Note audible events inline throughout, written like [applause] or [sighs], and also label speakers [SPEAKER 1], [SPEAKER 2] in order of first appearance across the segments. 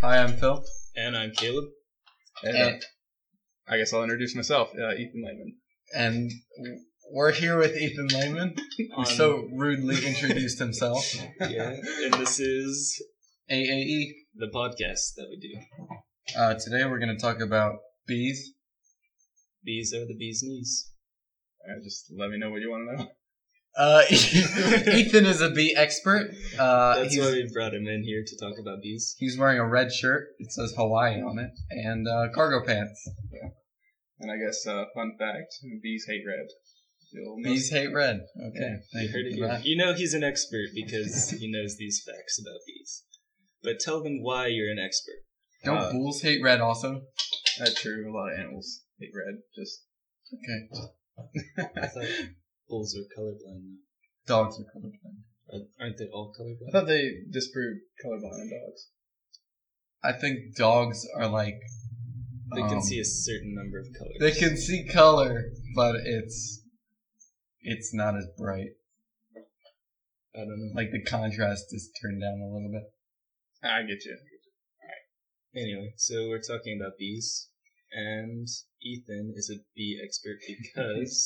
[SPEAKER 1] Hi, I'm Phil.
[SPEAKER 2] And I'm Caleb.
[SPEAKER 1] And, uh,
[SPEAKER 3] And,
[SPEAKER 2] I guess I'll introduce myself, uh, Ethan Lehman.
[SPEAKER 1] and we're here with Ethan Lehman, who
[SPEAKER 2] On- [laughs]
[SPEAKER 1] so rudely introduced himself.
[SPEAKER 2] yeah, and this is
[SPEAKER 1] AAE.
[SPEAKER 2] the podcast that we do.
[SPEAKER 1] E. Uh, today we're going to talk about bees.
[SPEAKER 2] Bees are the bee's knees. Uh, just let me know what you want to know.
[SPEAKER 1] Uh, [laughs] Ethan is a bee expert. Uh,
[SPEAKER 2] That's
[SPEAKER 1] he's,
[SPEAKER 2] why we brought him in here to talk about bees.
[SPEAKER 1] he's wearing a red shirt. It says Hawaii on it, and uh, cargo pants.
[SPEAKER 4] And I guess uh, fun fact: bees hate red. You'll
[SPEAKER 1] Bees hate red. Okay,
[SPEAKER 2] Yeah,
[SPEAKER 1] thank
[SPEAKER 2] you heard it
[SPEAKER 1] you for
[SPEAKER 2] here.
[SPEAKER 1] that.
[SPEAKER 2] You know he's an expert because he knows these facts about bees. But tell them why you're an expert.
[SPEAKER 1] Don't
[SPEAKER 4] Uh,
[SPEAKER 1] bulls hate red also?
[SPEAKER 4] know- that's true. A lot of animals hate red. Just
[SPEAKER 1] Okay,
[SPEAKER 2] I thought bulls are colorblind.
[SPEAKER 1] dogs are colorblind.
[SPEAKER 2] Uh, Aren't they all
[SPEAKER 4] I
[SPEAKER 2] colorblind?
[SPEAKER 4] thought they disproved colorblind in dogs.
[SPEAKER 1] I think dogs are like
[SPEAKER 2] They can
[SPEAKER 1] um,
[SPEAKER 2] see a certain number of colors.
[SPEAKER 1] They can see color, but it's it's not as bright.
[SPEAKER 2] I don't know.
[SPEAKER 1] Like the contrast is turned down a little bit.
[SPEAKER 4] I get you.
[SPEAKER 2] Anyway, so we're talking about bees, and Ethan is a bee expert because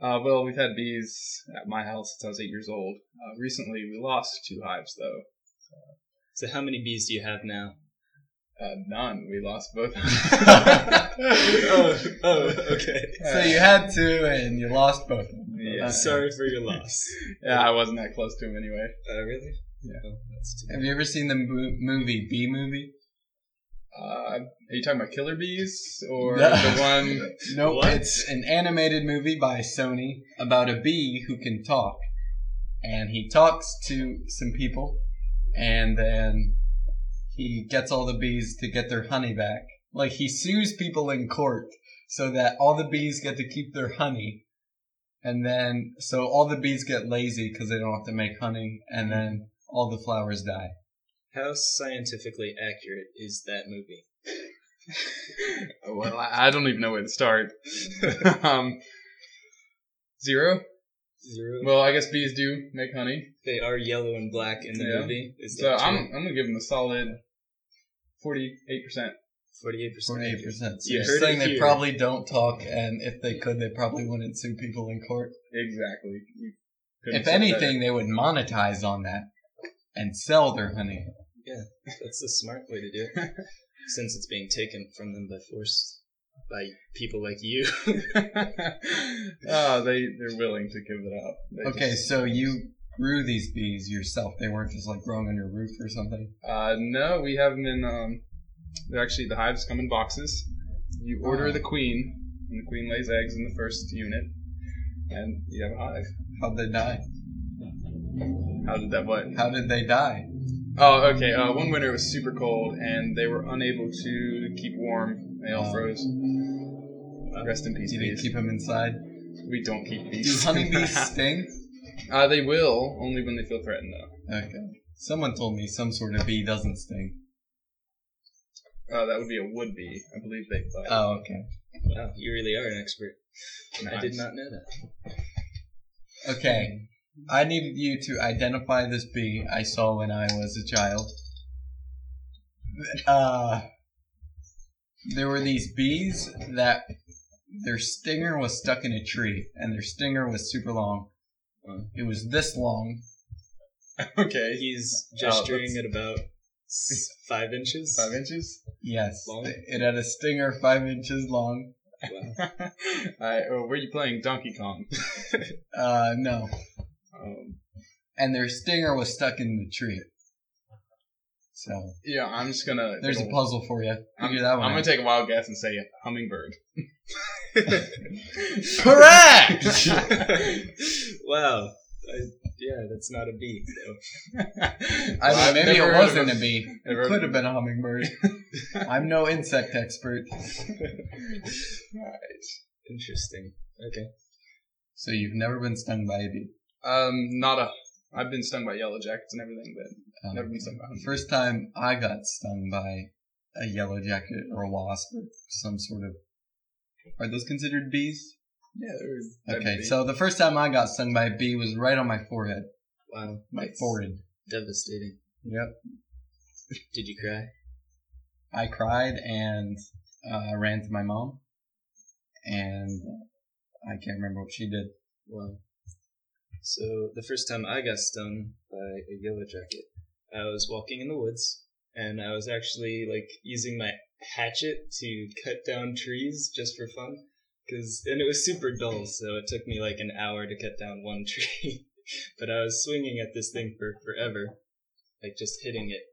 [SPEAKER 4] Uh, well, we've had bees at my house since I was eight years old. Uh, recently, we lost two hives though.
[SPEAKER 2] So how many bees do you have now?
[SPEAKER 4] Uh, none. We lost both.
[SPEAKER 1] [laughs]
[SPEAKER 2] [laughs] oh, oh, okay.
[SPEAKER 1] So you had two, and you lost both. of them.
[SPEAKER 4] Yeah.
[SPEAKER 2] Sorry for your loss.
[SPEAKER 4] yeah, I wasn't that close to him anyway.
[SPEAKER 2] Uh, really?
[SPEAKER 4] Yeah.
[SPEAKER 2] Oh, that's too bad.
[SPEAKER 1] Have you ever seen the mo- movie Bee Movie?
[SPEAKER 4] Uh, are you talking about killer bees or
[SPEAKER 1] No.
[SPEAKER 4] the one?
[SPEAKER 1] Nope.
[SPEAKER 2] What?
[SPEAKER 1] It's an animated movie by Sony about a bee who can talk, and he talks to some people, and then he gets all the bees to get their honey back. Like he sues people in court so that all the bees get to keep their honey, and then so all the bees get lazy because they don't have to make honey, and then all the flowers die.
[SPEAKER 2] How scientifically accurate is that movie?
[SPEAKER 4] Well, I, I don't even know where to start. [laughs] um, zero.
[SPEAKER 2] Zero.
[SPEAKER 4] Well, I guess bees do make honey,
[SPEAKER 2] they are yellow and black in the
[SPEAKER 4] Yeah.
[SPEAKER 2] movie. Is
[SPEAKER 4] so I'm I'm gonna give them a solid forty-eight percent.
[SPEAKER 2] forty-eight percent.
[SPEAKER 1] Forty-eight percent. So
[SPEAKER 2] You
[SPEAKER 1] you're
[SPEAKER 2] heard it
[SPEAKER 1] saying they
[SPEAKER 2] here.
[SPEAKER 1] probably don't talk, and if they could, they probably wouldn't sue people in court.
[SPEAKER 4] Exactly. You couldn't
[SPEAKER 1] if
[SPEAKER 4] say [laughs]
[SPEAKER 1] anything, they would monetize on that and sell their honey.
[SPEAKER 2] That's the smart way to do it, since it's being taken from them by force by people like you.
[SPEAKER 4] better. oh, they they're willing to give it up. They
[SPEAKER 1] Okay,
[SPEAKER 4] just-
[SPEAKER 1] so you grew these bees yourself. They weren't just like growing on your roof or something.
[SPEAKER 4] uh, no, we have them in. Um, they're actually the hives come in boxes. You order
[SPEAKER 1] Oh.
[SPEAKER 4] the queen, and the queen lays eggs in the first unit, and you have a hive.
[SPEAKER 1] How'd they die?
[SPEAKER 4] How did that what?
[SPEAKER 1] How did they die?
[SPEAKER 4] Oh, okay. Uh, one winter it was super cold, and they were unable to keep warm. They all
[SPEAKER 1] Oh.
[SPEAKER 4] froze. Uh, Rest in peace,
[SPEAKER 1] You didn't
[SPEAKER 4] bees.
[SPEAKER 1] keep them inside.
[SPEAKER 4] we don't
[SPEAKER 1] [laughs]
[SPEAKER 4] keep
[SPEAKER 1] Do
[SPEAKER 4] bees.
[SPEAKER 1] honeybees sting?
[SPEAKER 4] [laughs] uh, they will only when they feel threatened, though.
[SPEAKER 1] Okay. Someone told me some sort of bee doesn't sting.
[SPEAKER 4] Uh, that would be a would be. I believe they bite.
[SPEAKER 1] Oh, okay.
[SPEAKER 2] Wow, you really are an expert. I did
[SPEAKER 4] Nice.
[SPEAKER 2] not know that.
[SPEAKER 1] Okay. I needed you to identify this bee I saw when I was a child. Uh, there were these bees that their stinger was stuck in a tree, and their stinger was super long. It was this long.
[SPEAKER 4] okay.
[SPEAKER 2] He's
[SPEAKER 4] Uh, let's-
[SPEAKER 2] gesturing at about s- five inches.
[SPEAKER 4] Five inches. [laughs]
[SPEAKER 1] Yes,
[SPEAKER 2] Long?
[SPEAKER 1] it had a stinger five inches long.
[SPEAKER 2] Wow.
[SPEAKER 4] I, oh, were you playing Donkey Kong?
[SPEAKER 1] Uh, no,
[SPEAKER 4] Um,
[SPEAKER 1] and their stinger was stuck in the tree. So
[SPEAKER 4] yeah, I'm just gonna.
[SPEAKER 1] there's a
[SPEAKER 4] take
[SPEAKER 1] puzzle for you.
[SPEAKER 4] I'm,
[SPEAKER 1] Figure that one.
[SPEAKER 4] I'm gonna
[SPEAKER 1] out.
[SPEAKER 4] take a wild guess and say
[SPEAKER 1] [laughs]
[SPEAKER 4] hummingbird. [laughs]
[SPEAKER 1] Correct.
[SPEAKER 2] [laughs] wow. I, yeah, that's not a bee. So.
[SPEAKER 1] I
[SPEAKER 4] I've
[SPEAKER 1] mean, maybe
[SPEAKER 4] never
[SPEAKER 1] it
[SPEAKER 4] heard of
[SPEAKER 1] wasn't a bee.
[SPEAKER 4] Never heard
[SPEAKER 1] It
[SPEAKER 4] of
[SPEAKER 1] could have been a
[SPEAKER 4] [laughs]
[SPEAKER 1] hummingbird. I'm no insect expert.
[SPEAKER 2] Interesting. Okay.
[SPEAKER 1] So you've never been stung by a bee.
[SPEAKER 4] Um, not a. I've been stung by yellow jackets and everything, but
[SPEAKER 1] Um,
[SPEAKER 4] never been stung by.
[SPEAKER 1] the first time I got stung by a yellow jacket or a wasp or some sort of. Are those considered bees?
[SPEAKER 4] Yeah,
[SPEAKER 1] Okay, so the first time I got stung by a bee was right on my forehead.
[SPEAKER 2] Wow.
[SPEAKER 1] My
[SPEAKER 2] That's
[SPEAKER 1] forehead.
[SPEAKER 2] Devastating.
[SPEAKER 1] Yep.
[SPEAKER 2] Did you cry?
[SPEAKER 1] I cried and uh, ran to my mom, and I can't remember what she did.
[SPEAKER 2] Wow. So the first time I got stung by a yellow jacket, I was walking in the woods and I was actually like using my hatchet to cut down trees just for fun. Cause and it was super dull, so it took me like an hour to cut down one [laughs] tree. but I was swinging at this thing for forever, like just hitting it.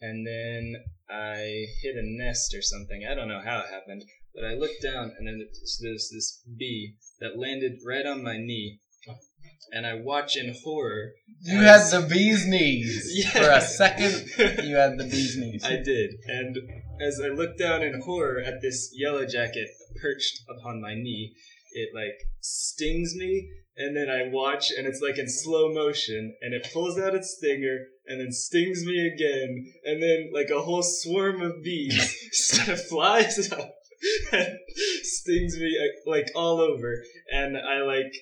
[SPEAKER 2] And then I hit a nest or something. I don't know how it happened, but I looked down and then there's, there's this bee that landed right on my knee. And I watch in horror.
[SPEAKER 1] You had
[SPEAKER 2] as-
[SPEAKER 1] the bee's
[SPEAKER 2] [laughs]
[SPEAKER 1] knees for a second. You had the bee's knees.
[SPEAKER 2] I did, and as I looked down in horror at this yellow jacket perched upon my knee, it like stings me, and then I watch, and it's like in slow motion, and it pulls out its stinger, and then stings me again, and then like a whole swarm of bees [laughs] sort
[SPEAKER 1] [laughs]
[SPEAKER 2] of flies up and stings me uh, like all over, and I like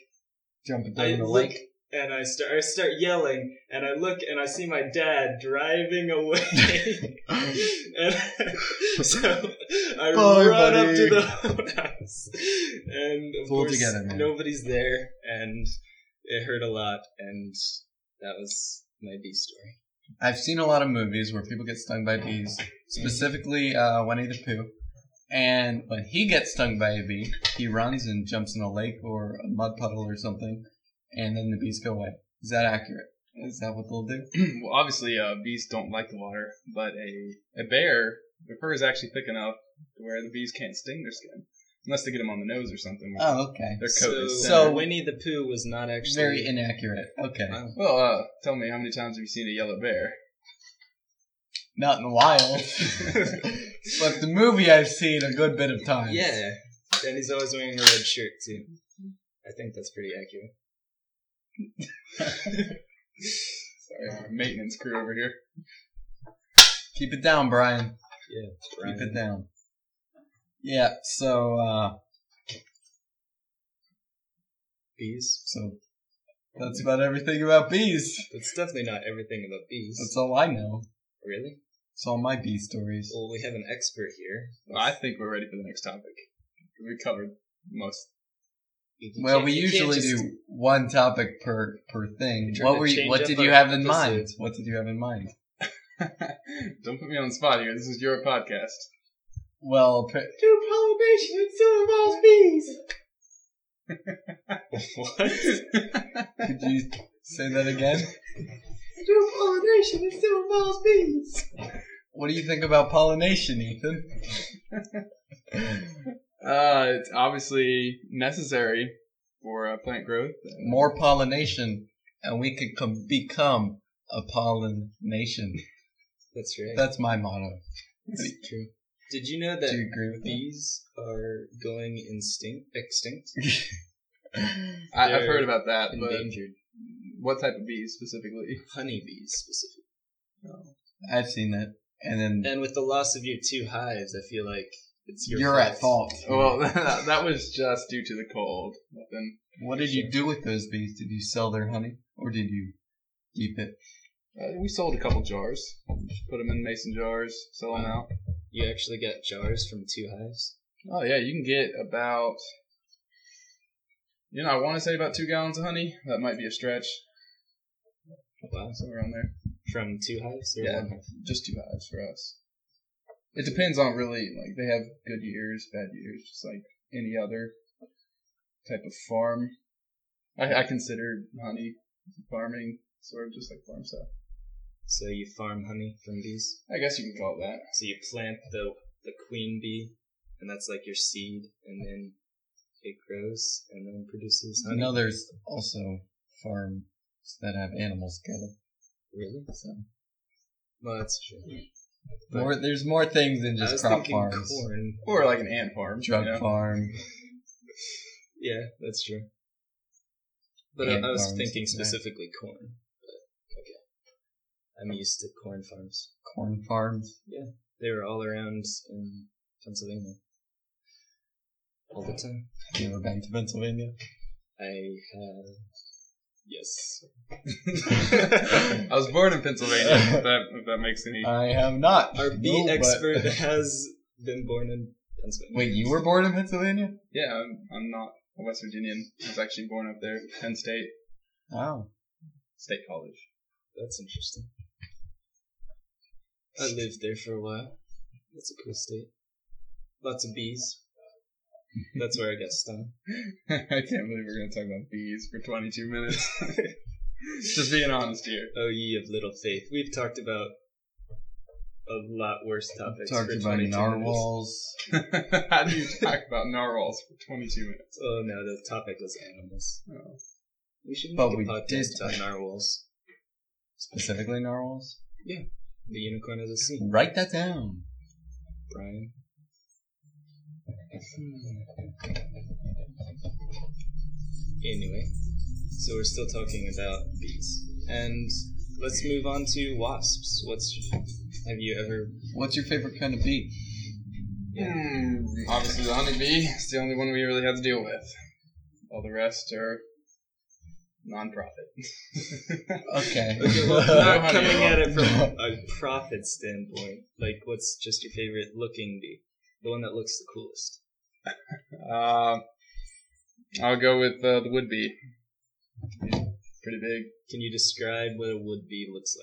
[SPEAKER 1] Jumping down
[SPEAKER 2] I
[SPEAKER 1] the
[SPEAKER 2] look
[SPEAKER 1] lake.
[SPEAKER 2] and I start I start yelling and I look and I see my dad driving away.
[SPEAKER 1] [laughs]
[SPEAKER 2] and [laughs] so I
[SPEAKER 1] Bye,
[SPEAKER 2] run up
[SPEAKER 1] buddy.
[SPEAKER 2] to the house and of
[SPEAKER 1] Pull
[SPEAKER 2] course
[SPEAKER 1] together, man.
[SPEAKER 2] nobody's there and it hurt a lot and that was my B story.
[SPEAKER 1] I've seen a lot of movies where people get stung by bees, specifically uh, Winnie the Pooh. And when he gets stung by a bee, he runs and jumps in a lake or a mud puddle or something, and then the bees go away. Is that accurate? Is that what they'll do?
[SPEAKER 4] [clears throat] well, obviously, uh, bees don't like the water, but a, a bear, their fur is actually thick enough to where the bees can't sting their skin. Unless they get them on the nose or something. where
[SPEAKER 1] Oh, okay.
[SPEAKER 4] Their coat
[SPEAKER 2] So,
[SPEAKER 4] is
[SPEAKER 1] So-
[SPEAKER 4] thinner.
[SPEAKER 2] Winnie the Pooh was not actually
[SPEAKER 1] Very inaccurate. Okay.
[SPEAKER 2] Wow.
[SPEAKER 4] Well, uh, tell me, how many times have you seen a yellow bear?
[SPEAKER 1] Not in a
[SPEAKER 2] [laughs]
[SPEAKER 1] while, but the movie I've seen a good bit of times.
[SPEAKER 2] Yeah. And he's always wearing a red shirt too. I think that's pretty accurate.
[SPEAKER 4] Sorry,
[SPEAKER 1] Um,
[SPEAKER 4] our maintenance crew over here.
[SPEAKER 1] Keep it down, Brian.
[SPEAKER 2] Brian.
[SPEAKER 1] Keep it down. Yeah, so, uh,
[SPEAKER 2] Bees.
[SPEAKER 1] so that's about everything about bees.
[SPEAKER 2] That's definitely not everything about bees.
[SPEAKER 1] That's all I know.
[SPEAKER 2] Really?
[SPEAKER 1] It's all my bee stories.
[SPEAKER 2] Well, we have an expert here.
[SPEAKER 4] Well, I think we're ready for the next topic. We covered most. [laughs]
[SPEAKER 2] You
[SPEAKER 1] Well,
[SPEAKER 2] can't-
[SPEAKER 1] we
[SPEAKER 2] you can't
[SPEAKER 1] usually
[SPEAKER 2] [laughs] just-
[SPEAKER 1] do one topic per per thing.
[SPEAKER 2] You're trying
[SPEAKER 1] What
[SPEAKER 2] to
[SPEAKER 1] were you,
[SPEAKER 2] change
[SPEAKER 1] what
[SPEAKER 2] up
[SPEAKER 1] did
[SPEAKER 2] our
[SPEAKER 1] you have in mind?
[SPEAKER 2] episodes.
[SPEAKER 1] What did you have in mind?
[SPEAKER 4] don't put me on the spot here. This is your podcast.
[SPEAKER 1] Well, pr-
[SPEAKER 4] Do pollination. It still involves bees. what?
[SPEAKER 1] could you say that
[SPEAKER 4] [laughs]
[SPEAKER 1] again?
[SPEAKER 4] Do pollination. It still involves bees.
[SPEAKER 1] What do you think about pollination, Ethan?
[SPEAKER 4] Uh, it's obviously necessary for uh, plant growth.
[SPEAKER 1] More pollination, and we could com- become a pollen nation.
[SPEAKER 2] That's right.
[SPEAKER 1] That's my motto. [laughs]
[SPEAKER 2] That's true. Did you know
[SPEAKER 1] Do
[SPEAKER 2] that
[SPEAKER 1] you agree with me?
[SPEAKER 2] bees are going instinct,
[SPEAKER 1] [laughs]
[SPEAKER 2] extinct?
[SPEAKER 4] I, I've
[SPEAKER 2] They're
[SPEAKER 4] heard about that, but
[SPEAKER 2] Endangered.
[SPEAKER 4] what type of bees specifically? [laughs]
[SPEAKER 2] Honeybees, specifically.
[SPEAKER 1] I've seen that, and then
[SPEAKER 2] And with the loss of your two hives, I feel like it's your
[SPEAKER 1] you're at fault.
[SPEAKER 4] Oh, Well, [laughs] that, that was just due to the cold. Nothing.
[SPEAKER 1] What did you do with those bees? Did you sell their honey, or did you keep it?
[SPEAKER 4] Uh, we sold a couple jars. Just put them in mason jars, sell them out.
[SPEAKER 2] You actually got jars from two hives?
[SPEAKER 4] Oh yeah, you can get about. You know, I want to say about two gallons of honey. That might be a stretch.
[SPEAKER 2] Wow.
[SPEAKER 4] Somewhere around there.
[SPEAKER 2] From two hives? Or
[SPEAKER 4] Yeah,
[SPEAKER 2] one hive?
[SPEAKER 4] just two hives for us. It depends on really like they have good years, bad years, just like any other type of farm. I, I consider honey farming sort of just like farm stuff.
[SPEAKER 2] So you farm honey from bees?
[SPEAKER 4] I guess you can call it that.
[SPEAKER 2] So you plant the, the queen bee, and that's like your seed, and then it grows and then produces
[SPEAKER 1] I
[SPEAKER 2] honey?
[SPEAKER 1] know there's also farms that have animals together.
[SPEAKER 2] Really?
[SPEAKER 1] So.
[SPEAKER 2] Well, that's true. But-
[SPEAKER 1] More, there's more things than
[SPEAKER 2] I was
[SPEAKER 1] just crop
[SPEAKER 2] thinking
[SPEAKER 1] farms,
[SPEAKER 2] corn.
[SPEAKER 4] Or like an ant farm. you
[SPEAKER 1] drug
[SPEAKER 4] know?
[SPEAKER 1] farm.
[SPEAKER 2] Yeah, that's true. But
[SPEAKER 1] And
[SPEAKER 2] I, I was
[SPEAKER 1] farms,
[SPEAKER 2] thinking
[SPEAKER 1] right.
[SPEAKER 2] specifically corn. But okay, I'm used to corn farms.
[SPEAKER 1] corn farms.
[SPEAKER 2] They were all around in Pennsylvania all the time. [laughs]
[SPEAKER 1] Have you ever been to Pennsylvania?
[SPEAKER 2] I have Yes.
[SPEAKER 4] [laughs] I was born
[SPEAKER 1] [laughs]
[SPEAKER 4] in Pennsylvania. If that if that makes any.
[SPEAKER 1] I have not.
[SPEAKER 2] Our bee
[SPEAKER 1] No, but- [laughs]
[SPEAKER 2] expert has been born in Pennsylvania.
[SPEAKER 1] Wait, you were born in Pennsylvania?
[SPEAKER 4] Yeah, I'm, I'm not a West Virginian. I was actually born up there, Penn State
[SPEAKER 1] Oh.
[SPEAKER 4] State College.
[SPEAKER 2] That's interesting. I lived there for a while. That's a cool state. Lots of bees. That's where I got stung.
[SPEAKER 4] [laughs] I can't believe we're gonna talk about bees for 22 minutes. [laughs] Just being honest here. [laughs]
[SPEAKER 2] Oh, ye of little faith. We've talked about a lot worse topics.
[SPEAKER 1] Talked
[SPEAKER 2] for
[SPEAKER 1] about
[SPEAKER 2] 22 minutes.
[SPEAKER 1] narwhals.
[SPEAKER 4] How do you talk about narwhals for 22 minutes?
[SPEAKER 2] Oh no, the topic was animals.
[SPEAKER 4] Oh.
[SPEAKER 2] We should make
[SPEAKER 1] But
[SPEAKER 2] a
[SPEAKER 1] we
[SPEAKER 2] podcast
[SPEAKER 1] did-
[SPEAKER 2] on narwhals.
[SPEAKER 1] Specifically narwhals?
[SPEAKER 2] The unicorn of the sea.
[SPEAKER 1] Write that down.
[SPEAKER 2] Brian. Anyway, so we're still talking about bees, and let's move on to wasps. What's have you ever?
[SPEAKER 1] What's your favorite kind of bee?
[SPEAKER 4] Hmm, Obviously, the honeybee is the only one we really have to deal with. All the rest are non-profit.
[SPEAKER 2] [laughs]
[SPEAKER 1] Okay.
[SPEAKER 2] Okay, [laughs] well, not
[SPEAKER 4] honey,
[SPEAKER 2] coming at it
[SPEAKER 1] well.
[SPEAKER 2] from a profit standpoint. Like, what's just your favorite looking bee? The one that looks the coolest.
[SPEAKER 4] Uh, I'll go with uh, the would be. Pretty big.
[SPEAKER 2] Can you describe what a wood bee looks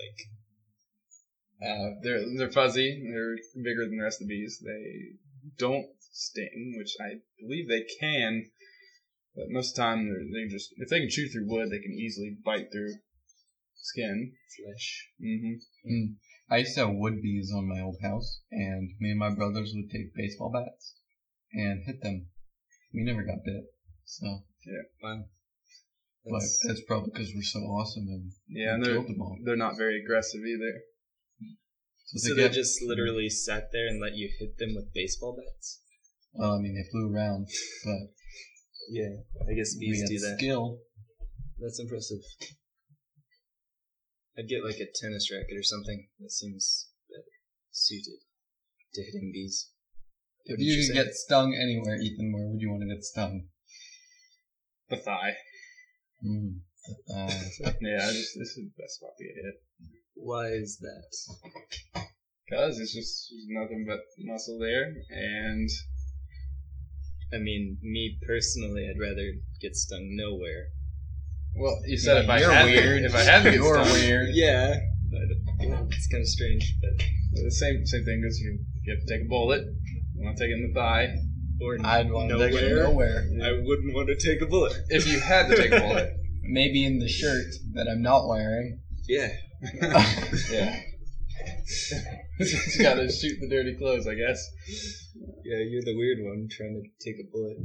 [SPEAKER 2] like?
[SPEAKER 4] Uh, they're they're fuzzy. They're bigger than the rest of the bees. They don't sting, which I believe they can, but most of the time they're they just if they can chew through wood, they can easily bite through skin.
[SPEAKER 2] Flesh.
[SPEAKER 4] hmm
[SPEAKER 1] I used to have wood bees on my old house, and me and my brothers would take baseball bats and hit them. We never got bit, so
[SPEAKER 2] Wow.
[SPEAKER 1] but
[SPEAKER 2] That's-
[SPEAKER 1] that's probably because we're so awesome and
[SPEAKER 4] Yeah, and
[SPEAKER 1] we
[SPEAKER 4] they're
[SPEAKER 1] killed them all.
[SPEAKER 4] they're not very aggressive either.
[SPEAKER 2] so they just literally sat there and let you hit them with baseball bats?
[SPEAKER 1] well, I mean, they flew around, but
[SPEAKER 2] Yeah, I guess
[SPEAKER 1] we
[SPEAKER 2] bees
[SPEAKER 1] had
[SPEAKER 2] do that.
[SPEAKER 1] skill.
[SPEAKER 2] That's impressive. I'd get like a tennis racket or something that seems better suited to hitting bees.
[SPEAKER 1] If
[SPEAKER 2] Wouldn't
[SPEAKER 1] you could
[SPEAKER 2] say?
[SPEAKER 1] get stung anywhere, Ethan, where would you want to get stung?
[SPEAKER 4] The thigh. Hmm.
[SPEAKER 1] Mm.
[SPEAKER 4] [laughs]
[SPEAKER 1] Uh,
[SPEAKER 4] Yeah, I just, this is the best spot to get hit
[SPEAKER 2] Why is that?
[SPEAKER 4] because it's just nothing but muscle there, and
[SPEAKER 2] I mean, me personally, I'd rather get stung nowhere.
[SPEAKER 4] well, you said if I
[SPEAKER 1] you're
[SPEAKER 4] had to-
[SPEAKER 1] weird.
[SPEAKER 4] if I had to get
[SPEAKER 1] You're
[SPEAKER 4] stung,
[SPEAKER 1] weird.
[SPEAKER 2] Yeah, but, yeah, it's kind of strange, but
[SPEAKER 4] The same same thing goes. You, you have to take a bullet. You want to take it in the thigh.
[SPEAKER 2] or
[SPEAKER 1] I'd want to get
[SPEAKER 2] nowhere.
[SPEAKER 1] nowhere.
[SPEAKER 2] I wouldn't want to take a bullet.
[SPEAKER 4] If you had to take a bullet.
[SPEAKER 1] Maybe in the shirt that I'm not wearing.
[SPEAKER 2] Yeah,
[SPEAKER 4] yeah. Just gotta shoot the dirty clothes, I guess.
[SPEAKER 2] yeah, you're the weird one trying to take a bullet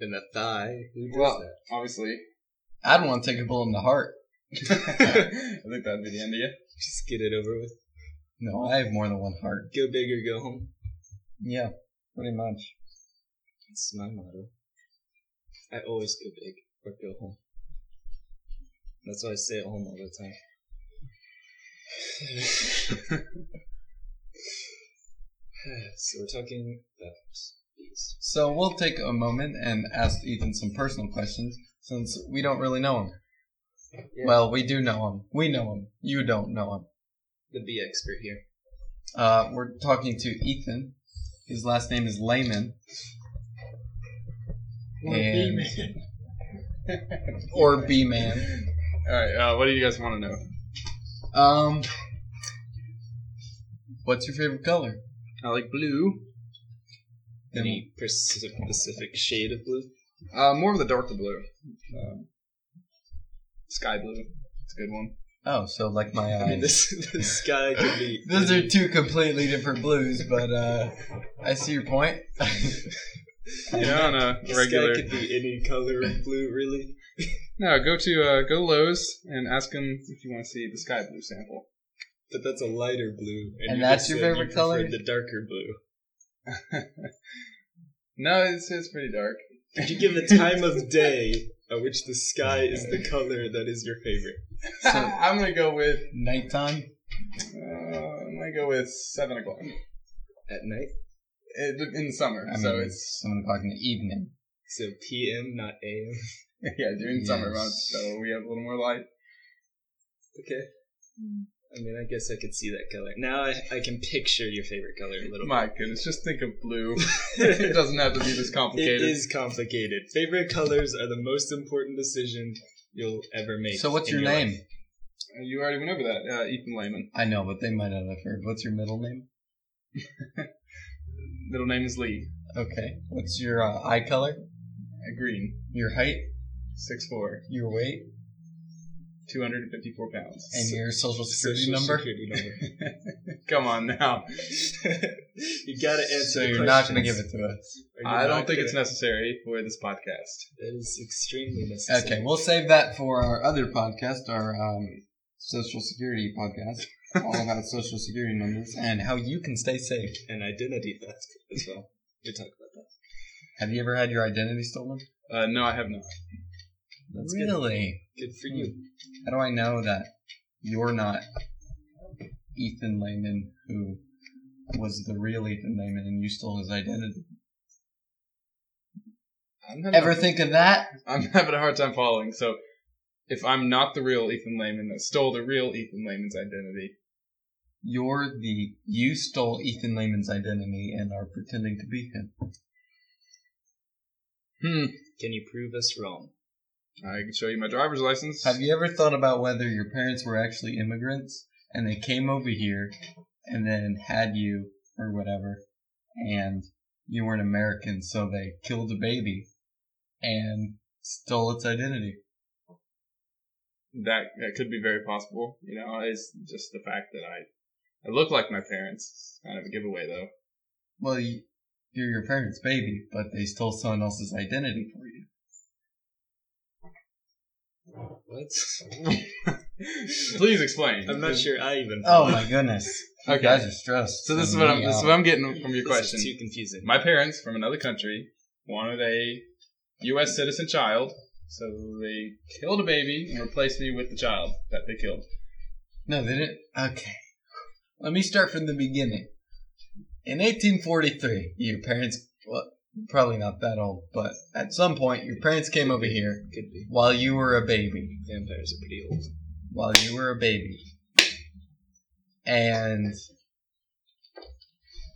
[SPEAKER 2] in the thigh. Who does
[SPEAKER 4] Well-
[SPEAKER 2] that?
[SPEAKER 4] Obviously. [laughs]
[SPEAKER 1] I'd want to take a bullet in the heart.
[SPEAKER 4] I think that'd be the end of you.
[SPEAKER 2] Just get it over with.
[SPEAKER 1] No, I have more than one heart.
[SPEAKER 2] Go big or go home.
[SPEAKER 1] Yeah, pretty much.
[SPEAKER 2] That's my motto. I always go big or go home. That's why I stay at home all the time. [sighs] so we're talking about bees.
[SPEAKER 1] So we'll take a moment and ask Ethan some personal questions since we don't really know him.
[SPEAKER 2] Yeah.
[SPEAKER 1] Well, we do know him. We know him. You don't know him.
[SPEAKER 2] The bee expert here.
[SPEAKER 1] Uh, we're talking to Ethan. His last name is Layman. And- or B Man.
[SPEAKER 4] Alright, uh, what do you guys want to know?
[SPEAKER 1] Um, what's your favorite color?
[SPEAKER 4] I like blue.
[SPEAKER 2] Any pers- specific shade of blue?
[SPEAKER 4] Uh, more of the darker blue. Um, sky blue. It's a good one.
[SPEAKER 1] Oh, so like
[SPEAKER 2] [laughs]
[SPEAKER 1] my
[SPEAKER 2] I mean,
[SPEAKER 1] eyes.
[SPEAKER 2] this, this guy could be.
[SPEAKER 1] [laughs] Those are two completely different blues, but uh, I see your point. [laughs]
[SPEAKER 4] Yeah, on a
[SPEAKER 2] This
[SPEAKER 4] regular.
[SPEAKER 2] guy could be any color of blue, really.
[SPEAKER 4] No, go to uh, go to Lowe's and ask them if you want to see the sky blue sample.
[SPEAKER 2] But that's a lighter blue.
[SPEAKER 1] And
[SPEAKER 2] you
[SPEAKER 1] that's
[SPEAKER 2] just
[SPEAKER 1] your
[SPEAKER 2] said you
[SPEAKER 1] favorite
[SPEAKER 2] preferred
[SPEAKER 1] color?
[SPEAKER 2] The darker blue.
[SPEAKER 4] No, it's it's pretty dark. [laughs]
[SPEAKER 2] Could you give the time of day at which the sky is the color that is your favorite?
[SPEAKER 1] So-
[SPEAKER 4] I'm gonna go with
[SPEAKER 1] Nighttime.
[SPEAKER 4] Uh, I'm gonna go with seven o'clock
[SPEAKER 2] At night?
[SPEAKER 4] it, in the summer.
[SPEAKER 1] I mean,
[SPEAKER 4] so
[SPEAKER 1] it's
[SPEAKER 4] it's
[SPEAKER 1] seven o'clock in the evening.
[SPEAKER 2] So PM, not AM.
[SPEAKER 4] yeah, during summer
[SPEAKER 3] Yes.
[SPEAKER 4] months, so we have a little more light.
[SPEAKER 2] [laughs] Okay. I mean, I guess I could see that color. Now I, I can picture your favorite color a little
[SPEAKER 4] My goodness, just think of blue.
[SPEAKER 1] [laughs]
[SPEAKER 2] bit.
[SPEAKER 4] it doesn't have to be
[SPEAKER 2] [laughs]
[SPEAKER 4] this
[SPEAKER 2] It
[SPEAKER 4] complicated.
[SPEAKER 2] is complicated. Favorite colors are the most important decision you'll ever make.
[SPEAKER 1] So what's
[SPEAKER 2] in
[SPEAKER 1] your name?
[SPEAKER 2] life.
[SPEAKER 4] Uh, You already went over that, uh, Ethan Lehman.
[SPEAKER 1] I know, but they might not have heard. What's your middle name?
[SPEAKER 4] Middle name is Lee.
[SPEAKER 1] Okay. What's your uh, eye color?
[SPEAKER 4] Uh, green,
[SPEAKER 1] Your height?
[SPEAKER 4] 6'4",
[SPEAKER 1] Your weight?
[SPEAKER 4] 254 pounds.
[SPEAKER 1] And your social security
[SPEAKER 2] Social
[SPEAKER 1] number?
[SPEAKER 2] security number.
[SPEAKER 4] Come on now.
[SPEAKER 2] [laughs] you gotta answer.
[SPEAKER 1] So
[SPEAKER 2] the
[SPEAKER 1] you're not going to give
[SPEAKER 2] questions,
[SPEAKER 1] it to us.
[SPEAKER 2] or you're
[SPEAKER 4] I don't
[SPEAKER 2] not
[SPEAKER 4] think it's
[SPEAKER 2] gonna-
[SPEAKER 4] necessary for this podcast.
[SPEAKER 2] That is extremely necessary.
[SPEAKER 1] Okay, we'll save that for our other podcast, our um, social security [laughs] podcast, all about social security numbers and how you can stay safe.
[SPEAKER 2] and identity theft [laughs] as well. We talk about that.
[SPEAKER 1] Have you ever had your identity stolen?
[SPEAKER 4] Uh, no, I have not.
[SPEAKER 2] That's good.
[SPEAKER 1] really?
[SPEAKER 2] Good for you.
[SPEAKER 4] Hmm.
[SPEAKER 1] How do I know that you're not Ethan Lehman, who was the real Ethan Lehman, and you stole his identity?
[SPEAKER 4] I'm having,
[SPEAKER 1] Ever think of that?
[SPEAKER 4] I'm having a hard time following. So, if I'm not the real Ethan Lehman that stole the real Ethan Lehman's identity,
[SPEAKER 1] You're the you stole Ethan Lehman's identity and are pretending to be him.
[SPEAKER 4] hmm,
[SPEAKER 2] Can you prove us wrong?
[SPEAKER 4] I can show you my driver's license.
[SPEAKER 1] Have you ever thought about whether your parents were actually immigrants and they came over here and then had you or whatever and you weren't American so they killed a baby and stole its identity?
[SPEAKER 4] that that could be very possible. You know, it's just the fact that I I look like my parents. It's kind of a giveaway though. [laughs]
[SPEAKER 1] Well, you- you're your parents' baby, but they stole someone else's identity for you.
[SPEAKER 4] [laughs]
[SPEAKER 2] What?
[SPEAKER 4] Please explain.
[SPEAKER 2] I'm not sure I even. [laughs]
[SPEAKER 1] Oh my goodness. You
[SPEAKER 4] Okay.
[SPEAKER 1] guys are stressed.
[SPEAKER 4] So this is
[SPEAKER 1] I'm
[SPEAKER 4] what I'm
[SPEAKER 1] really
[SPEAKER 4] this is
[SPEAKER 1] out.
[SPEAKER 4] what I'm getting from your
[SPEAKER 2] This is
[SPEAKER 4] question.
[SPEAKER 2] too confusing.
[SPEAKER 4] My parents from another country wanted a U.S. citizen child, so they killed a baby and replaced me with the child that they killed.
[SPEAKER 1] No, they didn't. Okay. Let me start from the beginning. In 1843, your parents, well, probably not that old, but at some point, your parents came over here
[SPEAKER 2] Could be.
[SPEAKER 1] while you were a baby.
[SPEAKER 2] Vampires are pretty old.
[SPEAKER 1] While you were a baby. And.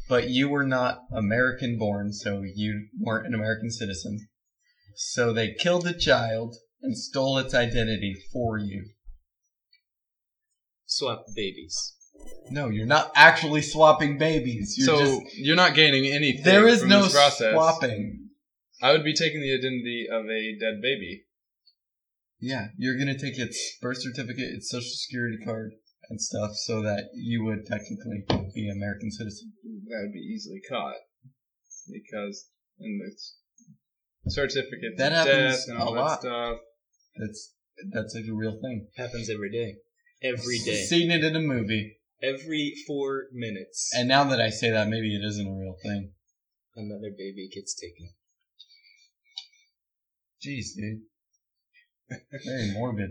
[SPEAKER 1] But you were not American born, so you weren't an American citizen. So they killed a child and stole its identity for you.
[SPEAKER 2] Swap babies.
[SPEAKER 1] No, you're not actually swapping babies. You're
[SPEAKER 4] so
[SPEAKER 1] just
[SPEAKER 4] you're not gaining anything.
[SPEAKER 1] There is
[SPEAKER 4] from
[SPEAKER 1] no
[SPEAKER 4] this process.
[SPEAKER 1] swapping.
[SPEAKER 4] I would be taking the identity of a dead baby.
[SPEAKER 1] Yeah, you're gonna take its birth certificate, its social security card, and stuff, so that you would technically be an American citizen.
[SPEAKER 4] That would be easily caught because in the certificate
[SPEAKER 1] That
[SPEAKER 4] of
[SPEAKER 1] happens
[SPEAKER 4] death and
[SPEAKER 1] a
[SPEAKER 4] all
[SPEAKER 1] lot.
[SPEAKER 4] that stuff.
[SPEAKER 1] That's that's like a real thing.
[SPEAKER 2] Happens every day.
[SPEAKER 4] [laughs]
[SPEAKER 2] Every day.
[SPEAKER 1] Seen it in a movie,
[SPEAKER 2] Every four minutes,
[SPEAKER 1] and now that I say that, maybe it isn't a real thing.
[SPEAKER 2] another baby gets taken.
[SPEAKER 1] Jeez, dude. Very morbid.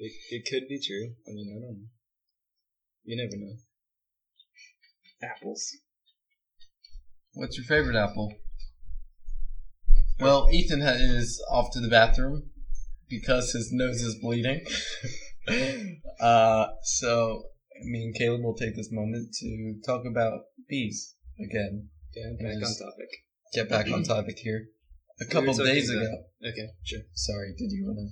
[SPEAKER 2] It, it could be true. I mean, I don't know. You never know.
[SPEAKER 4] Apples.
[SPEAKER 1] What's your favorite apple? Well, Ethan ha- is off to the bathroom because his nose is bleeding. [laughs] uh, so, me and Caleb will take this moment to talk about bees again.
[SPEAKER 2] Yeah, back on
[SPEAKER 1] Yes.
[SPEAKER 2] topic.
[SPEAKER 1] Get back on topic here. A
[SPEAKER 2] were
[SPEAKER 1] couple
[SPEAKER 2] talking
[SPEAKER 1] days
[SPEAKER 2] about-
[SPEAKER 1] ago.
[SPEAKER 2] Okay, sure.
[SPEAKER 1] Sorry, did you want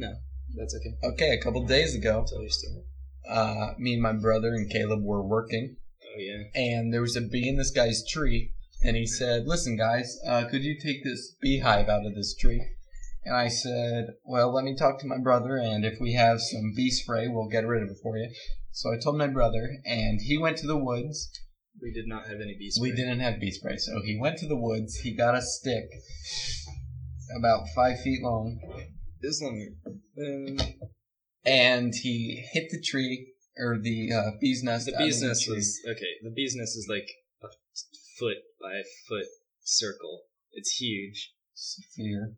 [SPEAKER 1] to?
[SPEAKER 2] That's okay.
[SPEAKER 1] Okay, a couple days ago,
[SPEAKER 2] Tell your story.
[SPEAKER 1] uh, me and my brother and Caleb were working
[SPEAKER 2] Oh, yeah.
[SPEAKER 1] and there was a bee in this guy's tree, and he said, "Listen, guys, uh, could you take this beehive out of this tree?" And I said, "Well, let me talk to my brother, and if we have some bee spray, we'll get rid of it for you." So I told my brother, and he went to the woods.
[SPEAKER 2] We did not have any bees.
[SPEAKER 1] We didn't have bee spray, so he went to the woods. He got a stick about five feet long,
[SPEAKER 2] This longer. Um,
[SPEAKER 1] and he hit the tree or the uh, bee's nest.
[SPEAKER 2] the
[SPEAKER 1] out of
[SPEAKER 2] bees nest
[SPEAKER 1] tree.
[SPEAKER 2] was. Okay, the bees nest is like a foot by foot circle. It's huge.
[SPEAKER 1] sphere.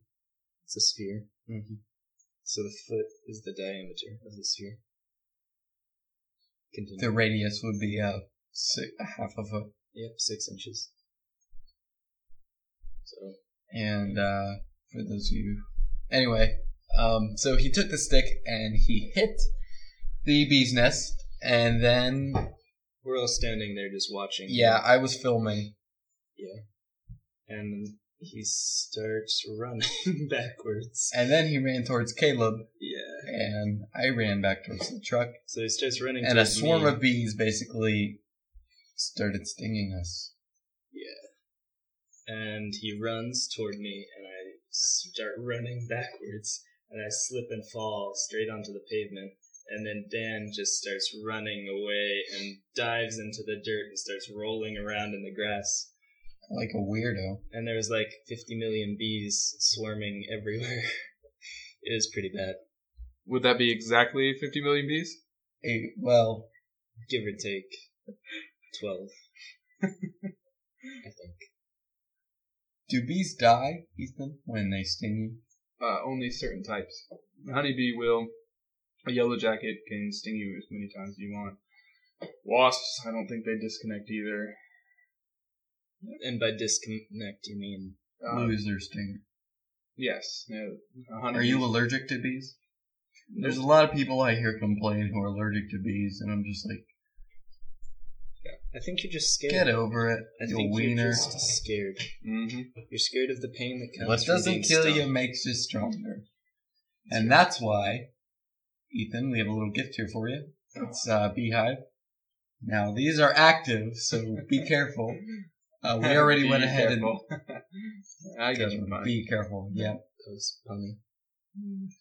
[SPEAKER 2] It's a sphere. Mm-hmm. So the foot is the diameter of the sphere. Continue.
[SPEAKER 1] The radius would be uh, si a half of a
[SPEAKER 2] Yep, six inches. So
[SPEAKER 1] And uh, for those of you, anyway, um, so he took the stick and he hit the bee's nest, and then
[SPEAKER 2] we're all standing there just watching.
[SPEAKER 1] yeah, I was filming.
[SPEAKER 2] And he starts running [laughs] backwards.
[SPEAKER 1] And then he ran towards Caleb,
[SPEAKER 2] Yeah.
[SPEAKER 1] and I ran back towards the truck,
[SPEAKER 2] So he starts running.
[SPEAKER 1] and a
[SPEAKER 2] towards
[SPEAKER 1] swarm
[SPEAKER 2] me.
[SPEAKER 1] of bees basically started stinging us.
[SPEAKER 2] and he runs toward me, and I start running [laughs] backwards, and I slip and fall straight onto the pavement. And then Dan just starts running away and dives into the dirt and starts rolling around in the grass.
[SPEAKER 1] Like a weirdo.
[SPEAKER 2] And there was like 50 million bees swarming [laughs] everywhere. it was pretty bad,
[SPEAKER 4] Would that be exactly 50 million bees?
[SPEAKER 1] A, well,
[SPEAKER 2] give or take 12. I think.
[SPEAKER 1] do bees die, Ethan, when they sting you?
[SPEAKER 4] Uh, only certain types. A honeybee will. A yellow jacket can sting you as many times as you want. Wasps, I don't think they disconnect either.
[SPEAKER 2] And by disconnect, you mean
[SPEAKER 4] Um,
[SPEAKER 1] Lose their stinger.
[SPEAKER 4] Yes. No, a
[SPEAKER 1] Are
[SPEAKER 4] honeybee-
[SPEAKER 1] you allergic to bees? There's
[SPEAKER 4] Nope.
[SPEAKER 1] a lot of people I hear complain who are allergic to bees, and I'm just like,
[SPEAKER 2] I think you're just scared.
[SPEAKER 1] get over it,
[SPEAKER 2] I
[SPEAKER 1] you
[SPEAKER 2] think you're
[SPEAKER 1] wiener.
[SPEAKER 2] just scared.
[SPEAKER 4] Mhm.
[SPEAKER 2] You're scared of the pain that comes.
[SPEAKER 1] What
[SPEAKER 2] from
[SPEAKER 1] doesn't
[SPEAKER 2] being
[SPEAKER 1] kill
[SPEAKER 2] stung.
[SPEAKER 1] you makes you stronger. And that's why, Ethan, we have a little gift here for you. It's uh, Beehive. Now, these are active, so be careful. Uh, we already
[SPEAKER 4] Be
[SPEAKER 1] went ahead
[SPEAKER 4] careful. [laughs] I got you.
[SPEAKER 1] and.
[SPEAKER 4] fine.
[SPEAKER 1] Be careful, yeah.
[SPEAKER 2] That was funny.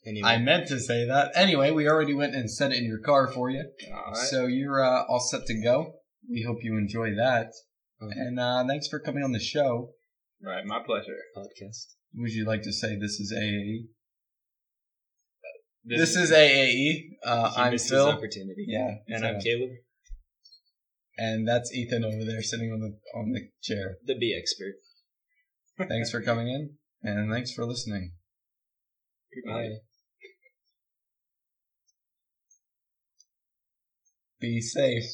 [SPEAKER 2] Anyway,
[SPEAKER 1] I meant to say that. Anyway, we already went and set it in your car for you.
[SPEAKER 4] All right.
[SPEAKER 1] So you're uh, all set to go. We hope you enjoy that.
[SPEAKER 2] Um,
[SPEAKER 1] And uh, thanks for coming on the show.
[SPEAKER 4] right. My pleasure.
[SPEAKER 2] podcast.
[SPEAKER 1] Would you like to say this is E? AAE?
[SPEAKER 4] This,
[SPEAKER 1] This, is AAE. Uh,
[SPEAKER 2] He
[SPEAKER 1] I'm
[SPEAKER 2] missed his
[SPEAKER 1] Phil.
[SPEAKER 2] opportunity.
[SPEAKER 1] Yeah,
[SPEAKER 2] and
[SPEAKER 1] so-
[SPEAKER 2] I'm Caleb,
[SPEAKER 1] and that's Ethan over there sitting on the on the
[SPEAKER 2] [laughs]
[SPEAKER 1] chair.
[SPEAKER 2] the bee expert.
[SPEAKER 1] Thanks for coming in, and thanks for listening.
[SPEAKER 4] Good
[SPEAKER 2] Bye.
[SPEAKER 4] night.
[SPEAKER 1] Be safe.